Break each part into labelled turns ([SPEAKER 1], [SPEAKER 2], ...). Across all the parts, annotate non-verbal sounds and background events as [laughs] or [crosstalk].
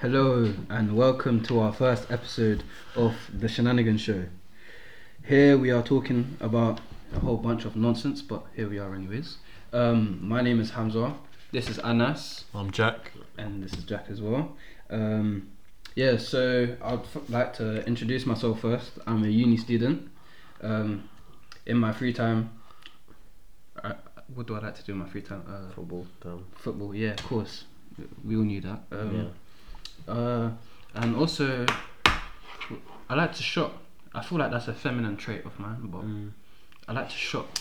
[SPEAKER 1] Hello and welcome to our first episode of the Shenanigan Show. Here we are talking about a whole bunch of nonsense, but here we are anyways. Um, my name is Hamza. This is Anas,
[SPEAKER 2] I'm Jack.
[SPEAKER 1] and this is Jack as well. Um, yeah, so I'd f- like to introduce myself first. I'm a uni student. Um, in my free time, I, what do I like to do in my free time? Uh,
[SPEAKER 2] Football, damn.
[SPEAKER 1] football. Yeah, of course. We all knew that. Um, uh, and also, I like to shop. I feel like that's a feminine trait of mine, but I like to shop.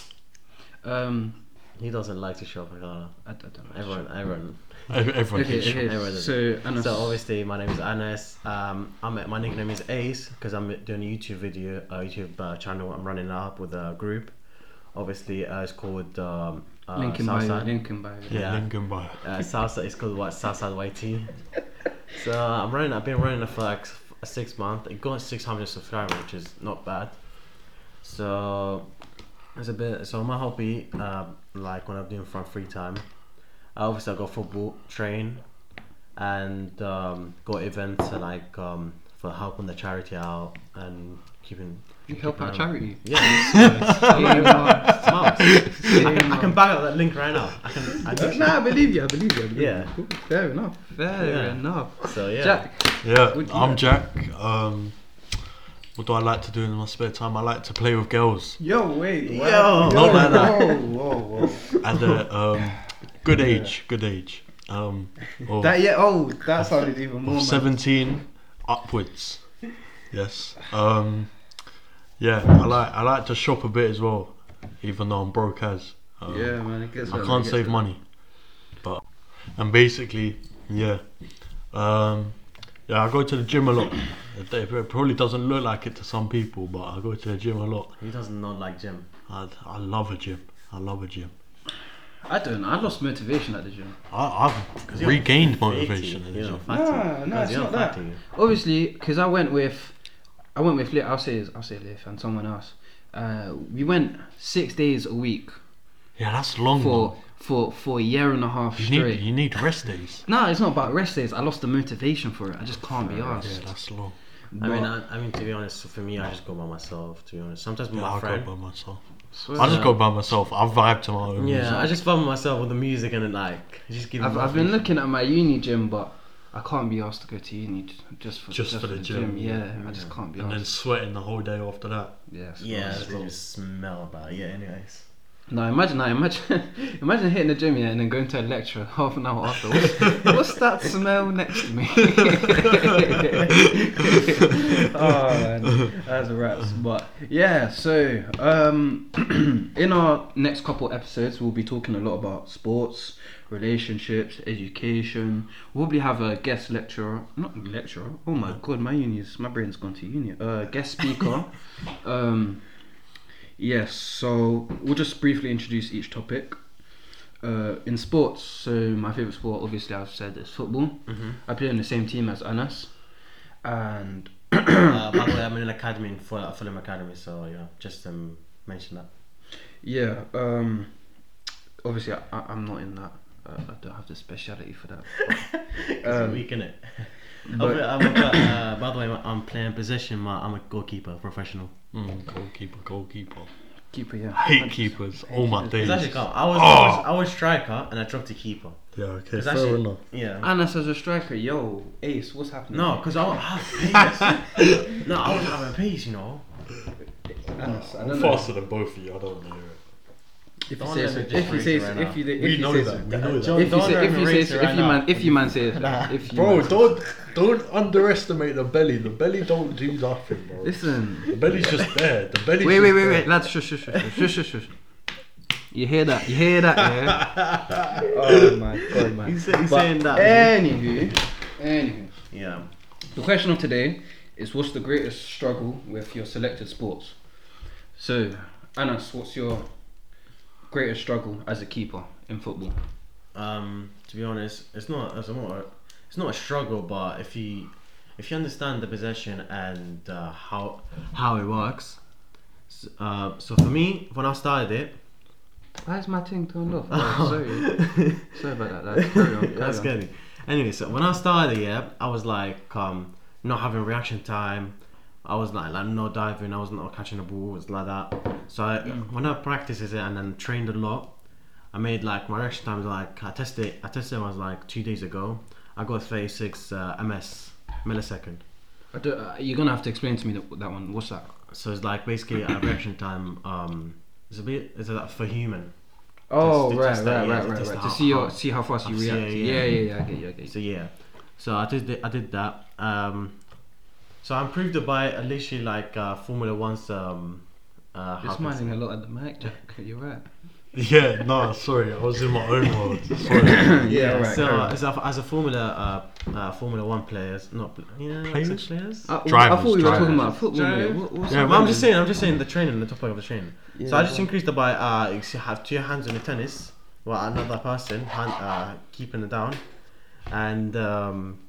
[SPEAKER 1] Um,
[SPEAKER 3] He doesn't like to shop in Ghana.
[SPEAKER 1] I, I don't know.
[SPEAKER 3] Everyone, everyone.
[SPEAKER 2] Ev- Everyone
[SPEAKER 1] Okay,
[SPEAKER 2] hates you.
[SPEAKER 1] okay.
[SPEAKER 3] Everyone does.
[SPEAKER 1] So, Anas,
[SPEAKER 3] So obviously, my name is Anas. Um, I'm my nickname is Ace because I'm doing a YouTube video, a YouTube uh, channel. I'm running up with a group. Obviously, uh, it's called um, uh,
[SPEAKER 1] link in bio,
[SPEAKER 3] Southside.
[SPEAKER 1] link in bio.
[SPEAKER 3] Yeah.
[SPEAKER 2] Lincoln Bio.
[SPEAKER 3] uh, Southside. It's called what Southside YT. so I'm running. I've been running it for like s- six months. It got 600 subscribers, which is not bad. So it's a bit. So my hobby, uh, like when I'm doing from free time, I obviously I go football, train, and um, go events and like um, for helping the charity out and keeping.
[SPEAKER 1] You help out charity.
[SPEAKER 3] Yeah,
[SPEAKER 1] [laughs]
[SPEAKER 3] [laughs]
[SPEAKER 1] Yeah,
[SPEAKER 3] smart.
[SPEAKER 1] you
[SPEAKER 3] I,
[SPEAKER 1] are.
[SPEAKER 3] can- I can bag up that link right now. I can. I
[SPEAKER 1] [laughs]
[SPEAKER 3] can
[SPEAKER 1] nah, I believe you. I believe you. I believe you.
[SPEAKER 3] Yeah.
[SPEAKER 1] Cool, Fair enough. Fair
[SPEAKER 3] Yeah.
[SPEAKER 1] enough.
[SPEAKER 3] so yeah.
[SPEAKER 1] Jack,
[SPEAKER 2] Yeah,
[SPEAKER 1] Would you
[SPEAKER 2] I'm
[SPEAKER 1] like-
[SPEAKER 2] Jack. Um, what do I like to do in my spare time? I like to play with girls.
[SPEAKER 1] [laughs] yo, wait,
[SPEAKER 3] wow. Yo.
[SPEAKER 2] Not like that.
[SPEAKER 1] whoa, whoa, whoa.
[SPEAKER 2] At a um, good age, good age. Um, of,
[SPEAKER 1] That yeah, oh, that sounded even more. man.
[SPEAKER 2] of 17 upwards. Yes. Um, yeah, I like I like to shop a bit as well, even though I'm broke as. Um,
[SPEAKER 1] Yeah, man, it gets
[SPEAKER 2] I
[SPEAKER 1] better,
[SPEAKER 2] can't
[SPEAKER 1] it
[SPEAKER 2] save
[SPEAKER 1] gets
[SPEAKER 2] money, but and basically, yeah, um, yeah. I go to the gym a lot. It it probably doesn't look like it to some people, but I go to the gym a lot.
[SPEAKER 3] He does not like gym.
[SPEAKER 2] I, I love a gym. I love a gym.
[SPEAKER 1] better. I don't. know, I lost motivation at the gym.
[SPEAKER 2] I, I've regained motivation. at the
[SPEAKER 3] You know,
[SPEAKER 2] gym.
[SPEAKER 3] fatty.
[SPEAKER 1] Nah, nah,
[SPEAKER 3] Guys,
[SPEAKER 1] it's
[SPEAKER 3] you're
[SPEAKER 1] not that.
[SPEAKER 3] fatty.
[SPEAKER 1] Obviously, because I went with, I went with. Li- I'll say I'll say Liv and someone else. Uh, we went six days a week
[SPEAKER 2] Yeah, that's long.
[SPEAKER 1] for
[SPEAKER 2] man.
[SPEAKER 1] for for a year and a half
[SPEAKER 2] Oh You
[SPEAKER 1] straight.
[SPEAKER 2] need you need rest
[SPEAKER 1] [laughs]
[SPEAKER 2] days.
[SPEAKER 1] No, it's not about rest days. I lost the motivation for it. I just can't be
[SPEAKER 2] Yeah,
[SPEAKER 1] arsed.
[SPEAKER 2] that's long.
[SPEAKER 3] I mean, I, I mean, to be honest, for me, I just go by myself. To be honest, sometimes with
[SPEAKER 2] Yeah,
[SPEAKER 3] my
[SPEAKER 2] I go
[SPEAKER 3] friend.
[SPEAKER 2] by myself.
[SPEAKER 1] Swear
[SPEAKER 2] I just
[SPEAKER 1] to
[SPEAKER 2] go by myself. I vibe to my own.
[SPEAKER 3] Yeah,
[SPEAKER 2] music.
[SPEAKER 3] I just find myself with the music and it like it just give.
[SPEAKER 1] God.
[SPEAKER 3] me
[SPEAKER 1] I've, I've been
[SPEAKER 3] motivation.
[SPEAKER 1] looking at my uni gym, but I can't be asked to go to uni j- just for
[SPEAKER 2] Just for the gym,
[SPEAKER 1] Yeah, I just can't be
[SPEAKER 2] and then
[SPEAKER 1] asked.
[SPEAKER 2] sweating the whole day after that.
[SPEAKER 1] Yeah. so
[SPEAKER 3] Yeah,
[SPEAKER 1] it's
[SPEAKER 3] they
[SPEAKER 1] long.
[SPEAKER 3] just smell about. it. Yeah, [clears throat] anyways.
[SPEAKER 1] No, imagine that. Imagine, [laughs] imagine hitting the gym yeah, and then going to a lecture [laughs] half an hour afterwards. What's that smell next to me? [laughs] oh man, that's a wrap. But yeah, so um, [clears throat] in our next couple episodes, we'll be talking a lot about sports, relationships, education. We'll probably have a guest lecturer, not lecturer. Oh my god, my uni's my brain's gone to uni. Uh, guest speaker. um, Yes, so we'll just briefly introduce each topic. Uh, in sports, so my favourite sport, obviously, I've said is football.
[SPEAKER 2] Mm-hmm.
[SPEAKER 1] I play in the same team as Anas, and
[SPEAKER 3] uh, by the way, I'm in an academy in Full, uh, Fulham Academy, so you know, just um, mention that.
[SPEAKER 1] yeah, um, obviously, I, I- I'm not in that. Uh, I don't have the speciality for that.
[SPEAKER 3] [laughs] It's
[SPEAKER 1] Um,
[SPEAKER 3] a week in it.
[SPEAKER 1] but-
[SPEAKER 3] uh, by the way, I'm playing position. My, I'm a goalkeeper, professional.
[SPEAKER 2] Mm, goalkeeper, goalkeeper.
[SPEAKER 1] Keeper, yeah.
[SPEAKER 2] hate keepers all my days.
[SPEAKER 3] It's actually calm. I was, I was
[SPEAKER 2] Oh!
[SPEAKER 3] I was striker and I dropped a keeper.
[SPEAKER 2] Yeah, okay,
[SPEAKER 3] It's
[SPEAKER 2] fair
[SPEAKER 3] actually-
[SPEAKER 2] enough.
[SPEAKER 3] Yeah.
[SPEAKER 1] Anas as a striker, yo, Ace, what's happening?
[SPEAKER 3] No, because I would have pace. no, I would have a pace, you know.
[SPEAKER 1] Anas, I
[SPEAKER 2] I'm
[SPEAKER 1] don't know.
[SPEAKER 2] faster than both of you, I don't know.
[SPEAKER 1] If you
[SPEAKER 3] Don't
[SPEAKER 1] say
[SPEAKER 3] let
[SPEAKER 1] so,
[SPEAKER 3] me just
[SPEAKER 1] if you say
[SPEAKER 3] raise
[SPEAKER 1] so,
[SPEAKER 3] it right
[SPEAKER 1] if you if
[SPEAKER 2] We
[SPEAKER 1] you
[SPEAKER 2] know
[SPEAKER 1] say
[SPEAKER 2] that,
[SPEAKER 1] so.
[SPEAKER 2] we know that.
[SPEAKER 1] If you say, if you say, so, if you man, if you man say, it, if you man
[SPEAKER 2] Bro,
[SPEAKER 1] say
[SPEAKER 2] don't don't underestimate the belly. The belly don't do nothing, bro.
[SPEAKER 1] Listen.
[SPEAKER 2] the belly's just there. The belly's
[SPEAKER 1] Wait,
[SPEAKER 2] just
[SPEAKER 1] wait, wait, [laughs]
[SPEAKER 2] there.
[SPEAKER 1] wait, lads, shush, shush, shush, shush, shush, shush. You hear that? You hear that? Yeah. [laughs] oh my god, man.
[SPEAKER 3] He's, he's
[SPEAKER 1] But
[SPEAKER 3] saying that.
[SPEAKER 1] Anywho, anywho,
[SPEAKER 3] Yeah.
[SPEAKER 1] the question of today is: What's the greatest struggle with your selected sports? So, Anas, what's your greatest struggle as a keeper in football?
[SPEAKER 3] Um. To be honest, it's not. It's not. a- It's not a struggle, but if you, if you understand the possession and uh, how how it works. s- Uh, so for me, when I started it,
[SPEAKER 1] [laughs]
[SPEAKER 3] [laughs]
[SPEAKER 1] Why is my thing turned off? Oh, sorry, sorry about that. Lads. Carry on, carry
[SPEAKER 3] that's
[SPEAKER 1] on.
[SPEAKER 3] scary. Anyway, so when I started, yeah, I was like um, not having reaction time. I was like, like not diving. I was not catching the ball. It's like that. So I,
[SPEAKER 1] Mm.
[SPEAKER 3] when I practiced it and then trained a lot, I made like my reaction time was like I tested. it- I tested it was like two days ago. I got thirty six uh, ms millisecond.
[SPEAKER 1] I don't, uh, you're gonna have to explain to me that, that one. What's that?
[SPEAKER 3] So it's like basically a reaction time. Um, it's a bit. It's like for human.
[SPEAKER 1] Oh
[SPEAKER 3] Just-
[SPEAKER 1] right,
[SPEAKER 3] just that,
[SPEAKER 1] right,
[SPEAKER 3] yeah,
[SPEAKER 1] right, right,
[SPEAKER 3] just
[SPEAKER 1] right.
[SPEAKER 3] how
[SPEAKER 1] To see your
[SPEAKER 3] hard-
[SPEAKER 1] see how fast you
[SPEAKER 3] Yeah,
[SPEAKER 1] react.
[SPEAKER 3] yeah.
[SPEAKER 1] Yeah, yeah, yeah. I get you. I get you.
[SPEAKER 3] So yeah, so I did I did that. Um, so I improved it by uh, literally like uh, Formula One's um. Uh, how
[SPEAKER 1] You're
[SPEAKER 3] can I
[SPEAKER 1] smiling a lot at the mic, Jack. You're right.
[SPEAKER 2] Yeah, no, sorry, I was in my own [laughs] world. Sorry.
[SPEAKER 1] yeah, uh, all right.
[SPEAKER 3] So
[SPEAKER 1] carry on.
[SPEAKER 3] as a, as a Formula uh, uh, Formula One players, not yeah,
[SPEAKER 2] Players?
[SPEAKER 3] players. players.
[SPEAKER 1] I,
[SPEAKER 2] Drivers,
[SPEAKER 1] I thought we were talking
[SPEAKER 2] drivers.
[SPEAKER 1] about football.
[SPEAKER 3] Drive.
[SPEAKER 1] mate. What, what's
[SPEAKER 2] Yeah,
[SPEAKER 3] But
[SPEAKER 1] up
[SPEAKER 2] well,
[SPEAKER 1] with
[SPEAKER 3] I'm just
[SPEAKER 1] you?
[SPEAKER 3] saying, I'm just saying the training, the topic of the training. so I
[SPEAKER 1] Yeah,
[SPEAKER 3] just
[SPEAKER 1] go on.
[SPEAKER 3] increased it by uh, you should have two hands on the tennis, while another person hand, uh, keeping it down, and um,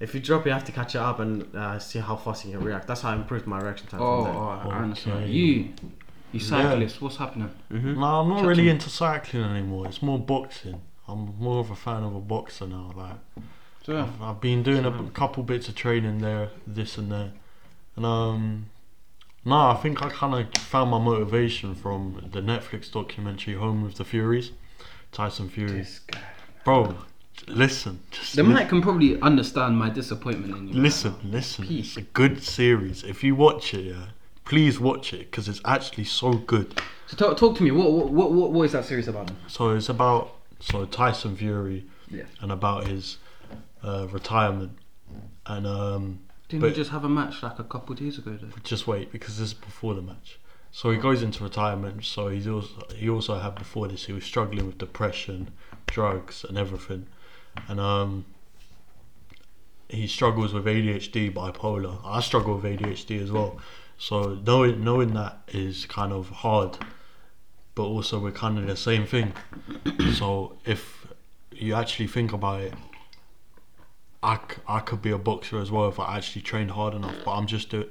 [SPEAKER 3] if you drop, you have to catch it up and uh, see how fast you can react. That's how I improved my reaction time.
[SPEAKER 1] Oh,
[SPEAKER 3] from then.
[SPEAKER 1] oh, I understand.
[SPEAKER 2] Okay.
[SPEAKER 1] You, you cyclist. What's happening?
[SPEAKER 2] no, I'm not really into cycling anymore. It's more boxing. I'm more of a fan of a boxer now. Like
[SPEAKER 1] So,
[SPEAKER 2] I've, I've been doing a b- couple bits of training there, this and there, and um, no, I think I kind of found my motivation from the Netflix documentary Home with the Furies, Tyson Fury.
[SPEAKER 1] this guy.
[SPEAKER 2] Bro, listen, just
[SPEAKER 1] The
[SPEAKER 2] li-
[SPEAKER 1] mic can probably understand my disappointment in you.
[SPEAKER 2] listen, listen.
[SPEAKER 1] Peace.
[SPEAKER 2] It's a good series. If you watch it, yeah, please watch it because it's actually so good.
[SPEAKER 1] So talk, talk to me. What, what what what what is that series about?
[SPEAKER 2] So it's about so Tyson Fury
[SPEAKER 1] Yeah.
[SPEAKER 2] and about his uh, retirement. And um,
[SPEAKER 1] Didn't
[SPEAKER 2] But-
[SPEAKER 1] you just have a match like a couple days ago? Though?
[SPEAKER 2] just wait because this is before the match. So he goes into retirement. So he's also he also had before this he was struggling with depression, drugs, and everything. And um, he struggles with ADHD, bipolar. I struggle with ADHD as well. So knowing knowing that is kind of hard, but also we're kind of the same thing. so if you actually think about it, I, c- I could be a boxer as well if I actually trained hard enough. But I'm just do,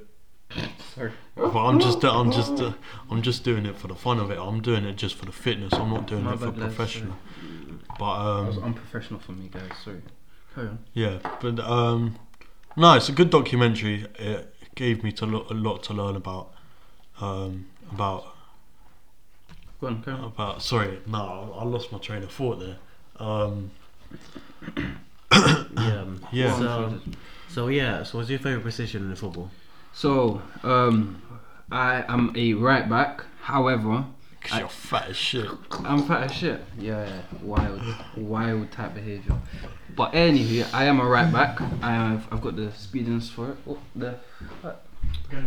[SPEAKER 1] Sorry.
[SPEAKER 2] but I'm just, I'm just, uh, I'm just doing it for the fun of it. I'm doing it just for the fitness. I'm not doing
[SPEAKER 1] My
[SPEAKER 2] it for
[SPEAKER 1] bad, lads,
[SPEAKER 2] professional. But
[SPEAKER 1] That was
[SPEAKER 2] um,
[SPEAKER 1] unprofessional for me, guys. Sorry. Carry on.
[SPEAKER 2] yeah, but um, no, it's a good documentary. It gave me to lo- a lot to learn about, um, about
[SPEAKER 1] Go on. Carry on.
[SPEAKER 2] about. Sorry, no, I lost my train of thought there. Um,
[SPEAKER 3] Yeah. um,
[SPEAKER 2] Yeah.
[SPEAKER 3] So, so yeah. So what's your favorite position in football?
[SPEAKER 1] So, um, I am a right back. However,
[SPEAKER 2] 'cause you're fat as shit.
[SPEAKER 1] I'm fat as shit. Yeah, yeah, wild, wild type behavior. But anywho, I am a right back. I have, I've got the speediness for it. Oh, the.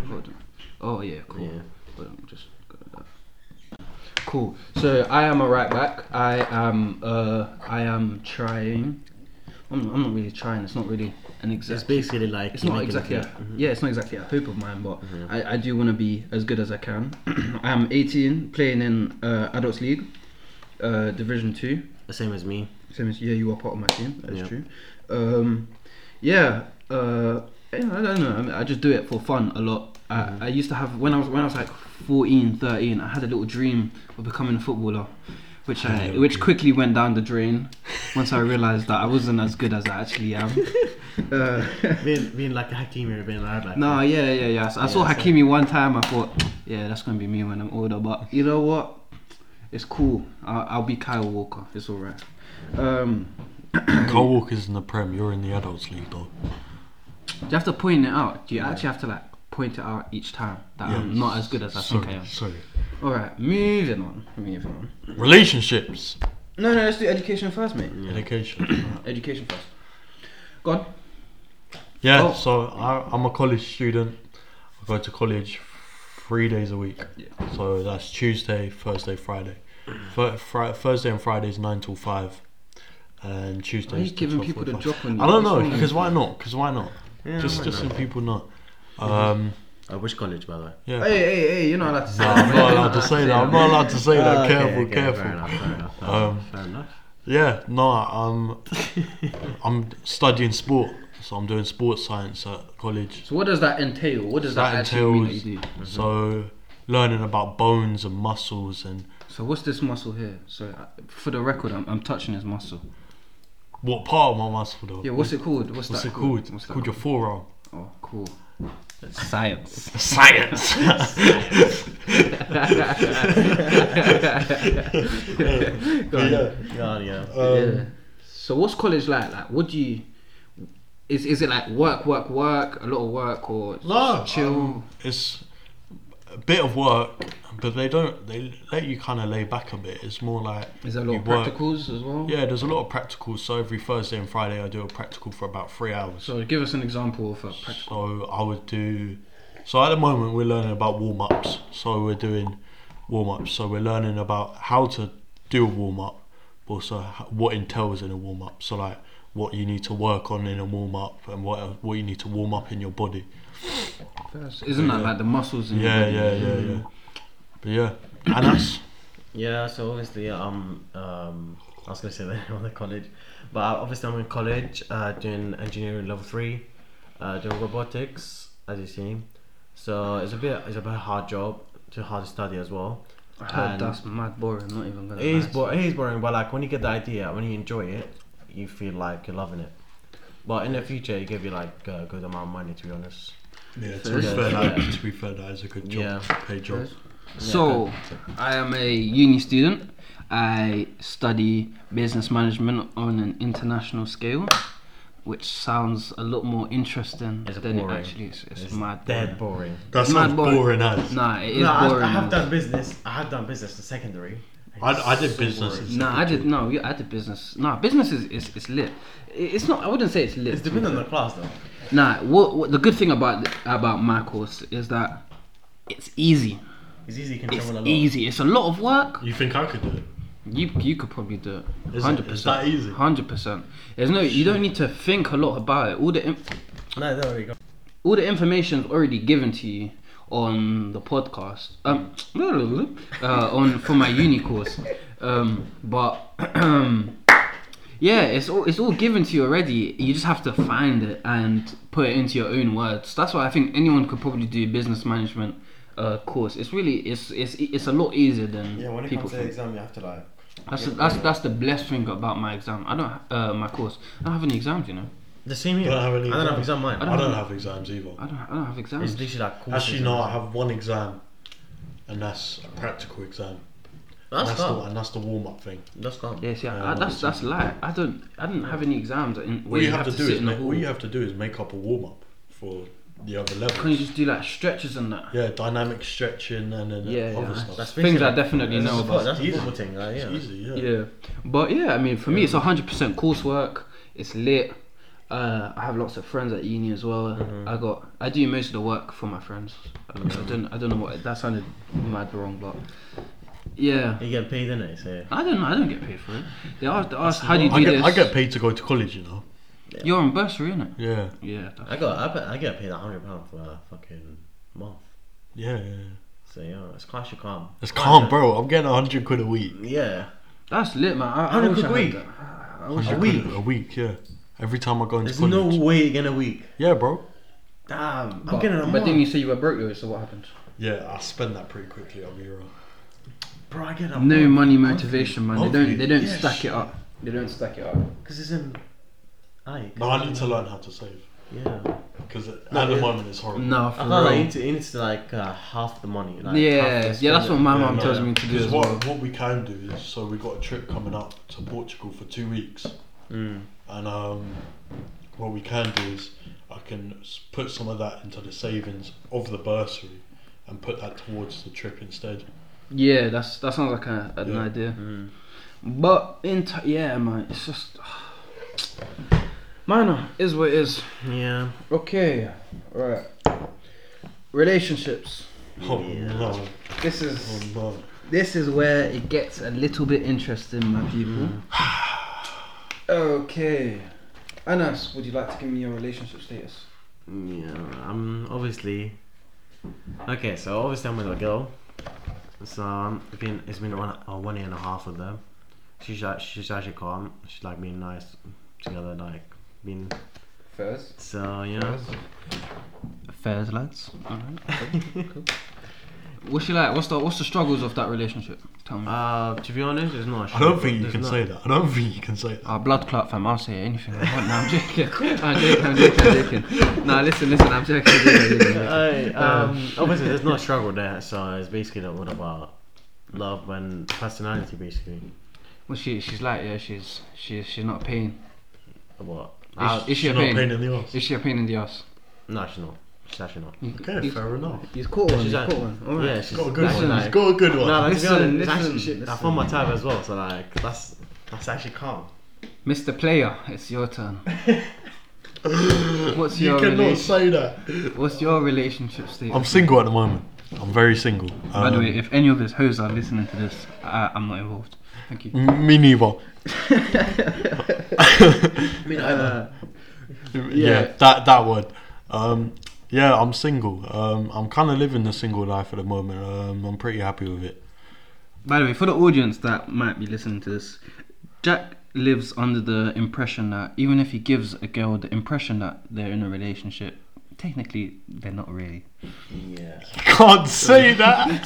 [SPEAKER 1] Hold on. Oh yeah, cool.
[SPEAKER 3] Yeah.
[SPEAKER 1] Hold on, just go like that. Cool. So I am a right back. I am. Uh, I am trying. I'm, I'm not really trying. It's not really an
[SPEAKER 3] It's
[SPEAKER 1] exact.
[SPEAKER 3] basically like
[SPEAKER 1] It's
[SPEAKER 3] you
[SPEAKER 1] not
[SPEAKER 3] make it
[SPEAKER 1] exactly a,
[SPEAKER 3] look Mm-hmm.
[SPEAKER 1] yeah, it's not exactly a hope of mine, but I, I do want to be as good as I can. [clears throat] I am 18, playing in uh, Adults League, uh, Division Two.
[SPEAKER 3] the same as
[SPEAKER 1] [laughs]
[SPEAKER 3] me.
[SPEAKER 1] Same as yeah, you are part of my team. That's
[SPEAKER 3] Yeah.
[SPEAKER 1] true. Um, yeah, uh, yeah, I don't know. I, mean, I just do it for fun a lot. I,
[SPEAKER 3] Mm-hmm.
[SPEAKER 1] I used to have when I was when I was like 14, 13, I had a little dream of becoming a footballer, which I
[SPEAKER 2] Yeah,
[SPEAKER 1] which
[SPEAKER 2] okay.
[SPEAKER 1] quickly went down the drain once I realised that I wasn't as good as I actually
[SPEAKER 3] [laughs]
[SPEAKER 1] am. uh, [laughs]
[SPEAKER 3] being, being like a Hakimi or being like
[SPEAKER 1] no, yeah, yeah, yeah. So I saw
[SPEAKER 3] Yeah, so-
[SPEAKER 1] Hakimi one time. I thought, yeah, that's gonna be me when I'm older. But you know what? It's cool. I'll, I'll be Kyle Walker. It's all right. Um,
[SPEAKER 2] Cole Walker's in the Prem. You're in the Adults League, though.
[SPEAKER 1] do you have to point it out? Do you actually have to like point it out each time that I'm Um, not as good as I
[SPEAKER 2] sorry,
[SPEAKER 1] think I am?
[SPEAKER 2] Sorry.
[SPEAKER 1] All right, moving on. Moving on.
[SPEAKER 2] Relationships,
[SPEAKER 1] No, no, let's do education first, mate.
[SPEAKER 2] education.
[SPEAKER 1] [coughs] Education first. Go on.
[SPEAKER 2] Yeah,
[SPEAKER 1] Oh.
[SPEAKER 2] so I, I'm a college student. I go to college three days a week.
[SPEAKER 1] Yeah.
[SPEAKER 2] So that's Tuesday, Thursday, Friday. Fri- Fri- Thursday and Friday is 9 till 5. And Tuesday
[SPEAKER 1] Why are
[SPEAKER 2] is
[SPEAKER 1] you
[SPEAKER 2] till
[SPEAKER 1] giving people the
[SPEAKER 2] 12:45.
[SPEAKER 1] drop on you?
[SPEAKER 2] I don't
[SPEAKER 1] What's
[SPEAKER 2] know,
[SPEAKER 1] wrong with
[SPEAKER 2] because
[SPEAKER 1] you?
[SPEAKER 2] why not? Because why not?
[SPEAKER 3] Yeah,
[SPEAKER 2] just
[SPEAKER 3] why
[SPEAKER 2] just so
[SPEAKER 3] not?
[SPEAKER 2] people know. Um,
[SPEAKER 3] Uh, which college, by the way?
[SPEAKER 2] yeah.
[SPEAKER 1] Mm-hmm. Hey, hey, hey! You're not allowed to say
[SPEAKER 2] No,
[SPEAKER 1] that.
[SPEAKER 2] I'm
[SPEAKER 1] mate.
[SPEAKER 2] not
[SPEAKER 1] You're
[SPEAKER 2] allowed to say that. I'm not allowed to say
[SPEAKER 1] Oh,
[SPEAKER 2] that. careful, careful.
[SPEAKER 3] Oh, Fair enough. Fair enough.
[SPEAKER 2] Um,
[SPEAKER 3] fair enough.
[SPEAKER 2] Yeah,
[SPEAKER 1] [laughs]
[SPEAKER 2] no, I'm I'm studying sport, so I'm doing sports science at college.
[SPEAKER 1] So what does that entail? What does that,
[SPEAKER 2] that
[SPEAKER 1] actually
[SPEAKER 2] entails
[SPEAKER 1] mean that you do?
[SPEAKER 2] so learning about bones and muscles and
[SPEAKER 1] So what's this muscle here? So uh, for the record, I'm, I'm touching his muscle.
[SPEAKER 2] What part of my muscle though?
[SPEAKER 1] Yeah, what's it called? What's,
[SPEAKER 2] What's
[SPEAKER 1] that
[SPEAKER 2] it called?
[SPEAKER 1] What's
[SPEAKER 2] It's
[SPEAKER 1] that
[SPEAKER 2] called
[SPEAKER 1] [laughs]
[SPEAKER 2] your forearm.
[SPEAKER 1] Oh, cool.
[SPEAKER 4] Science.
[SPEAKER 2] Science. yeah.
[SPEAKER 3] God, yeah.
[SPEAKER 1] yeah. So what's college like? Like, what do you? Is is it like work, work, work, a lot of work, or
[SPEAKER 2] No,
[SPEAKER 1] just chill?
[SPEAKER 2] um, it's a bit of work, but they don't. They let you kind of lay back a bit. It's more like
[SPEAKER 1] is there a lot
[SPEAKER 2] you
[SPEAKER 1] of
[SPEAKER 2] work-
[SPEAKER 1] practicals as well?
[SPEAKER 2] Yeah, there's a lot of practicals. So every Thursday and Friday, I do a practical for about three hours.
[SPEAKER 1] So give us an example of a practical.
[SPEAKER 2] So I would do. So at the moment, we're learning about warm ups. So we're doing warm ups. So we're learning about how to do a warm up, but also h- what entails in a warm up. So like what you need to work on in a warm up, and what what you need to warm up in your body.
[SPEAKER 1] First. Isn't that
[SPEAKER 2] Yeah.
[SPEAKER 1] like the muscles? In your
[SPEAKER 2] Yeah,
[SPEAKER 1] body?
[SPEAKER 2] yeah, yeah, yeah. But yeah, and that's
[SPEAKER 3] Yeah, so obviously, um, um, I was gonna say [laughs] that I'm in college, but obviously I'm in college, uh, doing engineering level three, uh, doing robotics as you see. So it's a bit, it's a bit hard job, too hard to study as well.
[SPEAKER 1] I heard
[SPEAKER 3] And-
[SPEAKER 1] that's mad boring. Not even gonna.
[SPEAKER 3] It is,
[SPEAKER 1] lie.
[SPEAKER 3] bo- it is boring, but like when you get the idea, when you enjoy it, you feel like you're loving it. But in the future, it give you like a good amount of money, to be honest.
[SPEAKER 2] yeah. To
[SPEAKER 1] Fair.
[SPEAKER 2] be fair,
[SPEAKER 3] Yeah.
[SPEAKER 2] that, to be fair, that is a good job,
[SPEAKER 3] Yeah.
[SPEAKER 2] paid job.
[SPEAKER 1] So, I am a uni student. I study business management on an international scale, which sounds a lot more interesting
[SPEAKER 3] It's
[SPEAKER 1] than
[SPEAKER 3] boring.
[SPEAKER 1] it actually is. It's,
[SPEAKER 3] It's
[SPEAKER 1] mad.
[SPEAKER 3] dead
[SPEAKER 1] boring.
[SPEAKER 3] boring.
[SPEAKER 2] That
[SPEAKER 1] Mad
[SPEAKER 2] sounds
[SPEAKER 1] boy.
[SPEAKER 2] boring as.
[SPEAKER 1] Nah, it is
[SPEAKER 3] No, I,
[SPEAKER 1] boring.
[SPEAKER 3] I have done business. I have done business in secondary.
[SPEAKER 2] I, I did
[SPEAKER 3] So
[SPEAKER 2] business.
[SPEAKER 3] boring.
[SPEAKER 2] in
[SPEAKER 1] Nah, I
[SPEAKER 2] secondary.
[SPEAKER 1] did no. yeah, I did business. Nah, business is is, is lit. I- It's not. I wouldn't say it's lit.
[SPEAKER 3] It's
[SPEAKER 1] to be
[SPEAKER 3] depending on
[SPEAKER 1] fair.
[SPEAKER 3] the class, though.
[SPEAKER 1] Nah, what, what the good thing about about my course is that it's easy.
[SPEAKER 3] It's easy. You can
[SPEAKER 1] It's
[SPEAKER 3] travel a lot.
[SPEAKER 1] easy. It's a lot of work.
[SPEAKER 2] You think I could do it?
[SPEAKER 1] You you could probably do it.
[SPEAKER 2] Is, it, is that easy?
[SPEAKER 1] Hundred percent. There's no. You don't need to think a lot about it. All the inf-
[SPEAKER 3] No, there we go.
[SPEAKER 1] all the information's already given to you on the podcast. Um, [laughs] uh, on for my uni course. Um, but [clears throat] yeah, it's all it's all given to you already. You just have to find it and put it into your own words. That's why I think anyone could probably do business management. Uh, course it's really it's it's it's a lot easier than
[SPEAKER 3] Yeah, when it
[SPEAKER 1] people
[SPEAKER 3] comes to the
[SPEAKER 1] think.
[SPEAKER 3] exam, you have to like.
[SPEAKER 1] That's that's that's the blessed thing about my exam. I don't ha- uh, my course. I don't have any exams, you know.
[SPEAKER 3] The same year.
[SPEAKER 2] Don't have any
[SPEAKER 3] I don't have
[SPEAKER 2] exams.
[SPEAKER 3] exam mine.
[SPEAKER 2] I don't have exams either.
[SPEAKER 1] I don't I don't have exams.
[SPEAKER 3] It's literally like courses.
[SPEAKER 2] Actually, no, I have one exam, and that's a practical exam.
[SPEAKER 3] That's,
[SPEAKER 2] and, that's the,
[SPEAKER 3] calm.
[SPEAKER 2] and that's the warm up thing.
[SPEAKER 3] That's calm.
[SPEAKER 1] Yeah, see,
[SPEAKER 2] Yeah,
[SPEAKER 1] I, I,
[SPEAKER 2] I'm
[SPEAKER 1] that's
[SPEAKER 2] not
[SPEAKER 1] that's lie. I don't I didn't have any exams. In,
[SPEAKER 2] All
[SPEAKER 1] where
[SPEAKER 2] you, have, to, do
[SPEAKER 1] sit
[SPEAKER 2] is
[SPEAKER 1] in the
[SPEAKER 2] make,
[SPEAKER 1] hall.
[SPEAKER 2] all you have to do is make up a warm up for the other
[SPEAKER 1] Can you
[SPEAKER 2] levels.
[SPEAKER 1] just do like stretches and that?
[SPEAKER 2] Yeah, dynamic stretching and then
[SPEAKER 1] Yeah, yeah.
[SPEAKER 2] other stuff.
[SPEAKER 3] That's
[SPEAKER 1] Things I
[SPEAKER 3] basically-
[SPEAKER 1] definitely
[SPEAKER 3] That's,
[SPEAKER 1] know
[SPEAKER 3] a
[SPEAKER 1] about.
[SPEAKER 3] that's a
[SPEAKER 2] Easy.
[SPEAKER 3] football thing, right?
[SPEAKER 2] It's
[SPEAKER 3] Yeah.
[SPEAKER 2] easy, yeah.
[SPEAKER 1] Yeah, but yeah, I mean, for me, it's hundred percent coursework. It's lit. Uh, I have lots of friends at uni as well.
[SPEAKER 2] Mm-hmm.
[SPEAKER 1] I got I do most of the work for my friends. I, I don't I don't know what that sounded mad wrong, but yeah,
[SPEAKER 3] You get paid in it, so.
[SPEAKER 1] I don't know. I don't get paid for it. They ask, they ask how do you do
[SPEAKER 2] I get,
[SPEAKER 1] this?
[SPEAKER 2] I get paid to go to college, you know.
[SPEAKER 1] You're on bursary, innit?
[SPEAKER 2] Yeah,
[SPEAKER 1] Yeah. that's-
[SPEAKER 3] I got I, bet- I get paid a hundred pounds for a fucking month.
[SPEAKER 2] yeah, yeah. yeah.
[SPEAKER 3] So yeah, it's clash of calm.
[SPEAKER 2] It's calm, bro. I'm getting 100 quid a week.
[SPEAKER 3] Yeah.
[SPEAKER 1] That's lit, man. I, I
[SPEAKER 3] Hundred
[SPEAKER 1] wish
[SPEAKER 3] quid
[SPEAKER 1] I
[SPEAKER 3] week.
[SPEAKER 1] had that. I wish I
[SPEAKER 2] A
[SPEAKER 1] had
[SPEAKER 2] week? A week, yeah. Every time I go into
[SPEAKER 3] There's no
[SPEAKER 2] college.
[SPEAKER 3] way in a week.
[SPEAKER 2] Yeah, bro.
[SPEAKER 3] Damn, I'm
[SPEAKER 1] But,
[SPEAKER 3] getting a
[SPEAKER 1] but
[SPEAKER 3] month.
[SPEAKER 1] then you say you were broke though, so what happened?
[SPEAKER 2] Yeah, I spend that pretty quickly. I'll be real.
[SPEAKER 3] Bro, I get a
[SPEAKER 1] No money motivation, man. They don't. They don't
[SPEAKER 3] Yes.
[SPEAKER 1] stack it up. They don't stack it up.
[SPEAKER 3] Because it's in. Ike.
[SPEAKER 2] No, I need to learn how to save
[SPEAKER 3] Yeah.
[SPEAKER 2] because at
[SPEAKER 3] No,
[SPEAKER 2] the
[SPEAKER 3] it-
[SPEAKER 2] moment it's horrible.
[SPEAKER 1] No,
[SPEAKER 3] I
[SPEAKER 1] for
[SPEAKER 3] feel like you
[SPEAKER 1] real.
[SPEAKER 3] need to, you need to like uh, half the money. Like, half
[SPEAKER 1] Yeah,
[SPEAKER 3] the
[SPEAKER 1] yeah. That's what
[SPEAKER 3] spending.
[SPEAKER 1] my
[SPEAKER 2] Yeah,
[SPEAKER 1] mom
[SPEAKER 2] no.
[SPEAKER 1] tells me to do
[SPEAKER 2] Because
[SPEAKER 1] as
[SPEAKER 2] what,
[SPEAKER 1] well.
[SPEAKER 2] what we can do is so we've got a trip coming up to Portugal for two weeks,
[SPEAKER 3] Mm.
[SPEAKER 2] and um, what we can do is I can s- put some of that into the savings of the bursary and put that towards the trip instead.
[SPEAKER 1] Yeah, that's that sounds like a, an
[SPEAKER 2] Yeah.
[SPEAKER 1] idea.
[SPEAKER 3] Mm,
[SPEAKER 1] But in t- yeah, man, it's just. Minor is what it is.
[SPEAKER 3] Yeah.
[SPEAKER 1] Okay, right. Relationships.
[SPEAKER 2] Oh
[SPEAKER 3] Yeah.
[SPEAKER 2] no!
[SPEAKER 1] This is.
[SPEAKER 2] Oh no!
[SPEAKER 1] This is where it gets a little bit interesting, my people. [sighs] okay. Anas, would you like to give me your relationship status?
[SPEAKER 3] Yeah, I'm obviously. Okay, so obviously I'm with a girl. So um, it's been it's been one uh, one year and a half with them. She's like she's actually calm. She's like being nice together, like being
[SPEAKER 1] First.
[SPEAKER 3] so you know.
[SPEAKER 1] [laughs] Affairs, lads. Alright. What's she like? What's the what's the struggles of that relationship? Tell me.
[SPEAKER 3] Uh, to be honest, it's not. a
[SPEAKER 2] I don't
[SPEAKER 3] shock.
[SPEAKER 2] think you
[SPEAKER 3] There's
[SPEAKER 2] can
[SPEAKER 3] not-
[SPEAKER 2] say that. I don't think you can say that.
[SPEAKER 1] Ah, blood clot fam, I'll say anything I want. Nah, I'm [laughs] joking. I'm joking, I'm joking, I'm joking. Nah, listen, listen, I'm joking. I'm joking, I'm joking. [laughs]
[SPEAKER 3] I, um, obviously, there's no struggle there, so it's basically not what about love and personality, basically.
[SPEAKER 1] Well, she, she's like, yeah, she's she's she's not a pain.
[SPEAKER 3] About
[SPEAKER 1] Is, is she a
[SPEAKER 2] You're not
[SPEAKER 1] pain?
[SPEAKER 2] paying anything else.
[SPEAKER 1] Is she a pain in the ass?
[SPEAKER 3] no, she's not. She's actually not.
[SPEAKER 2] Okay, fair enough.
[SPEAKER 1] He's caught one.
[SPEAKER 3] She's
[SPEAKER 1] He's
[SPEAKER 3] like-
[SPEAKER 1] caught one. All right.
[SPEAKER 3] Yeah, she's
[SPEAKER 2] Got a good
[SPEAKER 3] that's
[SPEAKER 1] Listen,
[SPEAKER 2] one.
[SPEAKER 3] like-
[SPEAKER 2] He's got a good one. [laughs]
[SPEAKER 3] No, like, to be honest,
[SPEAKER 1] Listen,
[SPEAKER 3] it's actually,
[SPEAKER 1] listen,
[SPEAKER 3] shit, I
[SPEAKER 1] listen.
[SPEAKER 3] found my type as well, so like that's that's actually calm.
[SPEAKER 1] Mr. Player, it's your turn. [laughs] What's
[SPEAKER 2] you
[SPEAKER 1] your
[SPEAKER 2] cannot
[SPEAKER 1] relation-
[SPEAKER 2] say that.
[SPEAKER 1] What's your relationship status?
[SPEAKER 2] I'm single at the moment. I'm very single.
[SPEAKER 1] By the
[SPEAKER 2] Um,
[SPEAKER 1] way, if any of his hoes are listening to this, I, I'm not involved. Thank [laughs] you.
[SPEAKER 2] me neither.
[SPEAKER 1] Uh,
[SPEAKER 2] yeah.
[SPEAKER 1] Yeah.
[SPEAKER 2] that that word. Um, yeah, I'm single. Um, I'm kind of living the single life at the moment. Um, I'm pretty happy with it. [laughs]
[SPEAKER 1] by the way, for the audience that might be listening to this, Jack lives under the impression that even if he gives a girl the impression that they're in a relationship, technically they're not really.
[SPEAKER 3] Yeah.
[SPEAKER 2] Can't say that.